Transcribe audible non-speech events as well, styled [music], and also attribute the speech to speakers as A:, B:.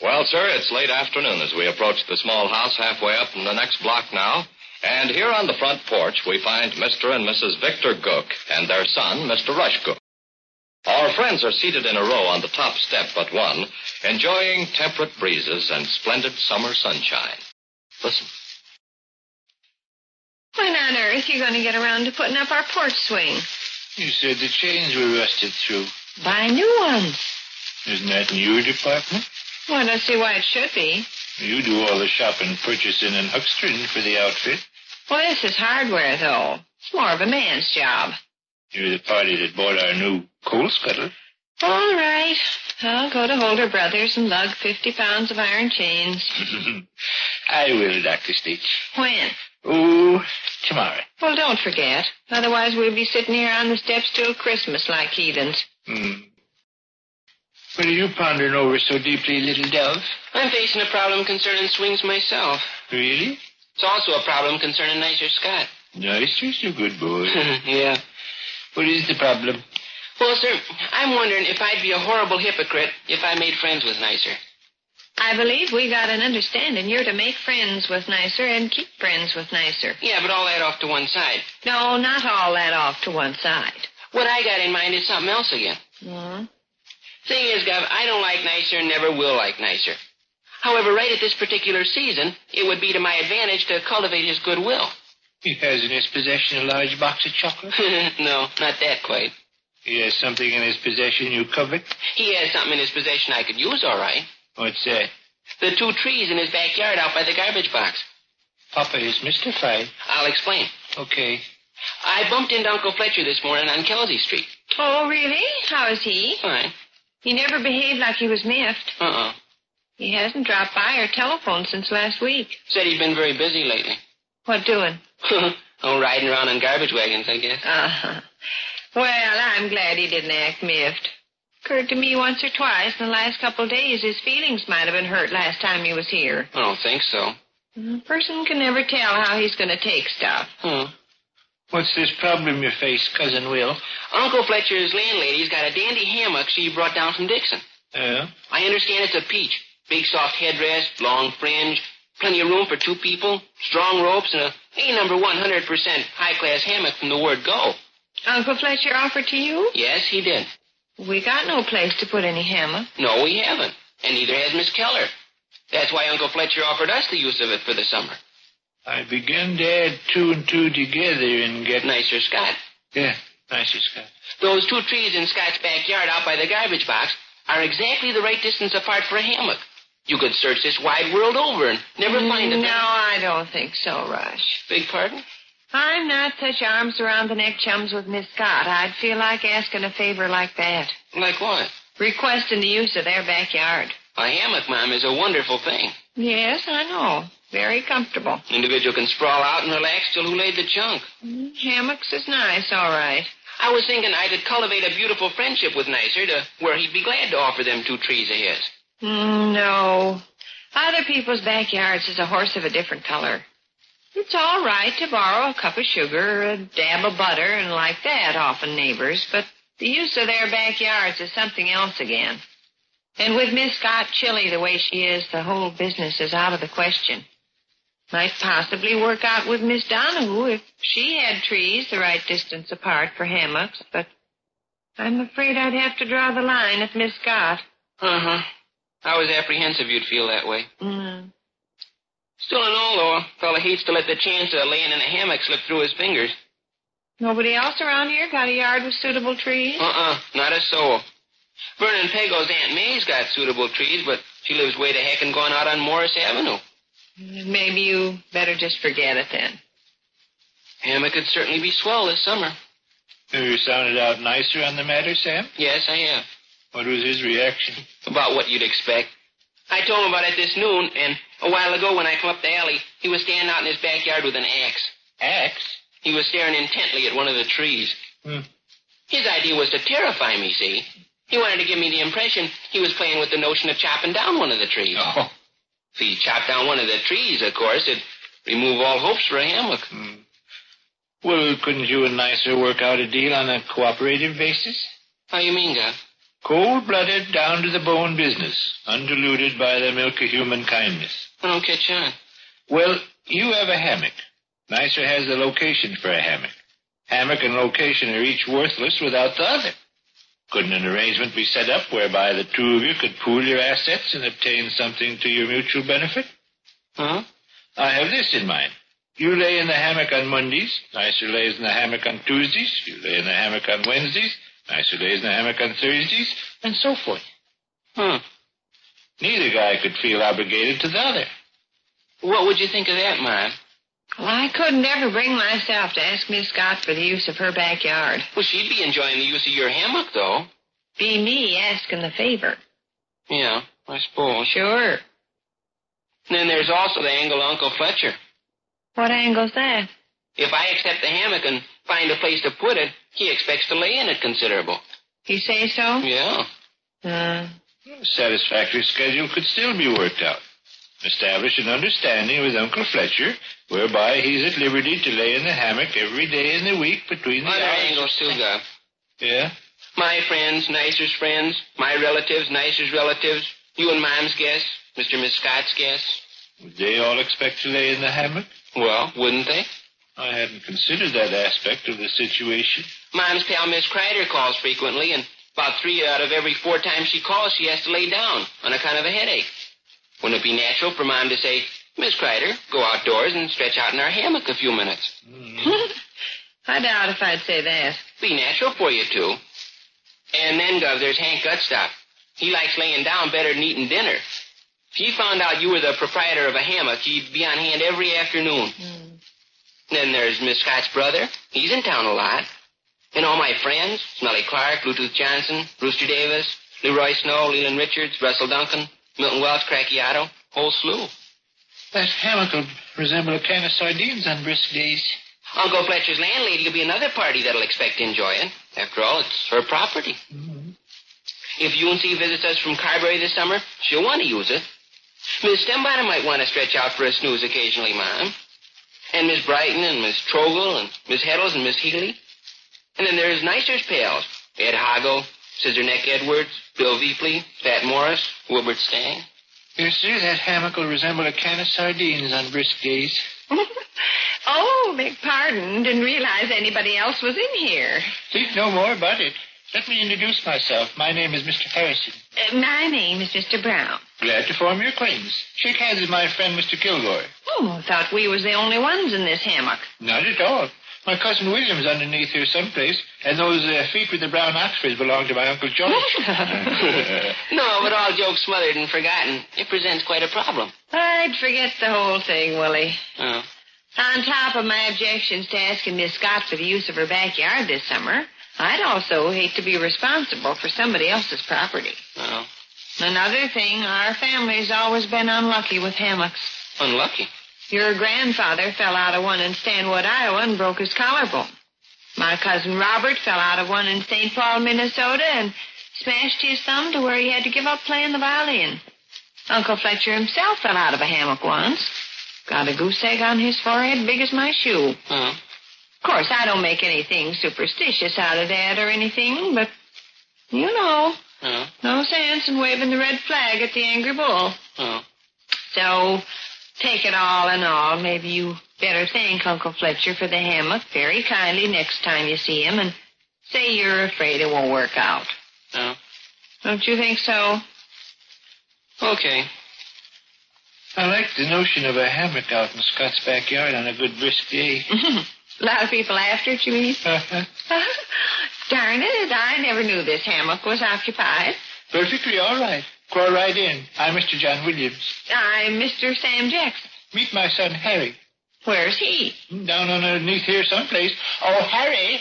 A: Well, sir, it's late afternoon as we approach the small house halfway up in the next block now. And here on the front porch, we find Mr. and Mrs. Victor Gook and their son, Mr. Rush Gook. Our friends are seated in a row on the top step but one, enjoying temperate breezes and splendid summer sunshine. Listen.
B: When on earth are you going to get around to putting up our porch swing?
C: You said the chains were rusted through.
B: Buy new ones.
C: Isn't that in your department?
B: Well, I don't see why it should be.
C: You do all the shopping, purchasing, and huckstering for the outfit.
B: Well, this is hardware, though. It's more of a man's job.
C: You're the party that bought our new coal scuttle. [laughs]
B: All right. I'll go to Holder Brothers and lug 50 pounds of iron chains.
C: I will, Dr. Stitch.
B: When?
C: Oh, tomorrow.
B: Well, don't forget. Otherwise, we'll be sitting here on the steps till Christmas like heathens.
C: Hmm. What are you pondering over so deeply, little dove?
D: I'm facing a problem concerning swings myself.
C: Really?
D: It's also a problem concerning Nicer Scott.
C: Nice, just a good
D: [laughs]
C: boy.
D: yeah.
C: what is the problem?
D: Well, sir, I'm wondering if I'd be a horrible hypocrite if I made friends with Nicer.
B: I believe we got an understanding you're to make friends with Nicer and keep friends with Nicer.
D: Yeah, but all that off to one side.
B: No, not all that off to one side.
D: What I got in mind is something else again.
B: Hmm?
D: Thing is, Gov, I don't like Nicer and never will like Nicer. However, right at this particular season, it would be to my advantage to cultivate his goodwill. [laughs]
C: He has in his possession a large box of chocolate.
D: no, not that quite.
C: He has something in his possession you covet.
D: He has something in his possession I could use, all right.
C: What's that?
D: The two trees in his backyard out by the garbage box.
C: Papa is mystified.
D: I'll explain.
C: Okay.
D: I bumped into Uncle Fletcher this morning on Kelsey Street.
B: Oh, really? How is he?
D: Fine.
B: He never behaved like he was miffed.
D: Uh-uh.
B: He hasn't dropped by or telephoned since last week.
D: Said he'd been very busy lately. [laughs]
B: What doing?
D: oh, riding around on garbage wagons, I guess.
B: Uh-huh. Well, I'm glad he didn't act miffed. Occurred to me once or twice in the last couple of days his feelings might have been hurt last time he was here.
D: I don't think so.
B: A Mm-hmm. person can never tell how he's going to take stuff.
D: Huh.
C: What's this problem you face, Cousin Will?
D: Uncle Fletcher's landlady's got a dandy hammock she brought down from Dixon.
C: Uh,
D: I understand it's a peach. Big soft headrest, long fringe, plenty of room for two people, strong ropes, and a A number 100% high class hammock from the word go.
B: Uncle Fletcher offered to you?
D: Yes, he did.
B: We got no place to put any hammock.
D: No, we haven't. And neither has Miss Keller. That's why Uncle Fletcher offered us the use of it for the summer.
C: I begin to add two and two together and get...
D: Nicer Scott.
C: Yeah, nice, Scott.
D: Those two trees in Scott's backyard out by the garbage box are exactly the right distance apart for a hammock. You could search this wide world over and never find a
B: Mm, No, I don't think so, Rush.
D: Big pardon?
B: I'm not such arms around the neck chums with Miss Scott. I'd feel like asking a favor like that.
D: Like what?
B: Requesting the use of their backyard.
D: A hammock, Mom, is a wonderful thing.
B: Yes, I know. Very comfortable.
D: An individual can sprawl out and relax till who laid the chunk.
B: Mm, Hammocks is nice, all right.
D: I was thinking I could cultivate a beautiful friendship with Nicer to where he'd be glad to offer them two trees of his.
B: Mm, no. Other people's backyards is a horse of a different color. It's all right to borrow a cup of sugar or a dab of butter and like that off of neighbors, but the use of their backyards is something else again. And with Miss Scott chilly the way she is, the whole business is out of the question. Might possibly work out with Miss Donahue if she had trees the right distance apart for hammocks, but I'm afraid I'd have to draw the line at Miss Scott.
D: Uh huh. I was apprehensive you'd feel that way.
B: Mm.
D: Still in all, though, a fella hates to let the chance of laying in a hammock slip through his fingers.
B: Nobody else around here got a yard with suitable trees?
D: Uh-uh, not a soul. Vernon Pago's Aunt May's got suitable trees, but she lives way to heck and gone out on Morris Avenue.
B: Maybe you better just forget it then.
D: Hammock could certainly be swell this summer.
C: Have you sounded out nicer on the matter, Sam?
D: Yes, I am.
C: What was his reaction?
D: About what you'd expect. I told him about it this noon, and a while ago when I come up the alley, he was standing out in his backyard with an axe.
C: Axe?
D: He was staring intently at one of the trees.
C: Hmm. [laughs]
D: His idea was to terrify me, see? He wanted to give me the impression he was playing with the notion of chopping down one of the trees.
C: Oh.
D: If he chopped down one of the trees, of course, it'd remove all hopes for a hammock.
C: Hmm. Well, couldn't you and Nicer work out a deal on a cooperative basis?
D: How you mean, Gov?
C: Cold-blooded, down to the bone business, undiluted by the milk of human kindness.
D: I don't catch on.
C: Well, you have a hammock. Neisser has the location for a hammock. Hammock and location are each worthless without the other. Couldn't an arrangement be set up whereby the two of you could pool your assets and obtain something to your mutual benefit?
D: Huh?
C: I have this in mind. You lay in the hammock on Mondays. Nicer lays in the hammock on Tuesdays. You lay in the hammock on Wednesdays. Nicer lays in the hammock on Thursdays, and so forth.
D: Hmm.
C: Neither guy could feel obligated to the other.
D: What would you think of that, Mom?
B: Well, I couldn't ever bring myself to ask Miss Scott for the use of her backyard.
D: Well, she'd be enjoying the use of your hammock, though.
B: Be me asking the favor.
D: Yeah, I suppose.
B: Sure.
D: And then there's also the angle of Uncle Fletcher.
B: What angle's that?
D: If I accept the hammock and find a place to put it, he expects to lay in it considerable.
B: You say so?
D: Yeah.
B: Uh,
C: A satisfactory schedule could still be worked out. Establish an understanding with Uncle Fletcher whereby he's at liberty to lay in the hammock every day in the week between the
D: Other
C: hours.
D: angles, too, Gov.
C: Yeah?
D: My friends, Nicer's friends, my relatives, Nicer's relatives, you and Mom's guests, Mr. and Miss Scott's guests.
C: Would they all expect to lay in the hammock?
D: Well, wouldn't they?
C: I hadn't considered that aspect of the situation.
D: Mom's pal Miss Kreider calls frequently, and about three out of every four times she calls, she has to lay down on account of a headache. Wouldn't it be natural for Mom to say, Miss Kreider, go outdoors and stretch out in our hammock a few minutes?
C: Hmm.
B: Hmm. [laughs] I doubt if I'd say that.
D: Be natural for you two. And then, Gov, there's Hank Gutstop. He likes laying down better than eating dinner. If he found out you were the proprietor of a hammock, he'd be on hand every afternoon.
B: Hmm.
D: Then there's Miss Scott's brother. He's in town a lot. And all my friends, Smelly Clark, Bluetooth Johnson, Rooster Davis, Leroy Snow, Leland Richards, Russell Duncan, Milton Welch, Cracky Otto, whole slew.
C: That hammock will resemble a can of sardines on brisk days.
D: Uncle Fletcher's landlady will be another party that'll expect to enjoy it. After all, it's her property. If UNC visits us from Carberry this summer, she'll want to use it. Miss Stembottom might want to stretch out for a snooze occasionally, Mom. And Miss Brighton and Miss Trogle and Miss Heddles and Miss Healy. And then there's Nicer's pals. Ed Hoggle, Scissorneck Edwards, Bill Veepley, Fat Morris, Wilbert Stang.
C: You see, that hammock will resemble a can of sardines on brisk days.
B: [laughs] oh, beg pardon. Didn't realize anybody else was in here.
C: Think no more about it. Let me introduce myself. My name is Mr. Harrison.
B: Uh, my name is Mr. Brown.
C: Glad to form your acquaintance. Shake hands with my friend, Mr. Kilgore.
B: Oh, thought we was the only ones in this hammock.
C: Not at all. My cousin William's underneath here someplace, and those uh, feet with the brown oxfords belong to my Uncle [laughs] George.
D: No, but all jokes smothered and forgotten. It presents quite a problem.
B: I'd forget the whole thing, Willie.
D: Oh.
B: On top of my objections to asking Miss Scott for the use of her backyard this summer, I'd also hate to be responsible for somebody else's property.
D: Oh.
B: Another thing, our family's always been unlucky with hammocks.
D: Unlucky.
B: Your grandfather fell out of one in Stanwood, Iowa, and broke his collarbone. My cousin Robert fell out of one in St. Paul, Minnesota, and smashed his thumb to where he had to give up playing the violin. Uncle Fletcher himself fell out of a hammock once. Got a goose egg on his forehead big as my shoe. Of
D: Oh.
B: course, I don't make anything superstitious out of that or anything, but, you know,
D: Oh.
B: no sense in waving the red flag at the angry bull.
D: Oh.
B: So, take it all in all, maybe you better thank Uncle Fletcher for the hammock very kindly next time you see him and say you're afraid it won't work out.
D: Oh.
B: Don't you think so? [laughs]
D: Okay.
C: I like the notion of a hammock out in Scott's backyard on a good brisk day.
B: A lot of people after it, you mean? [laughs]
C: Uh-huh.
B: Darn it, I never knew this hammock was occupied.
C: Perfectly all right. Crawl right in. I'm Mr. John Williams.
B: I'm Mr. Sam Jackson.
C: Meet my son, Harry.
B: Where's he?
C: Down on underneath here someplace. Oh, Harry,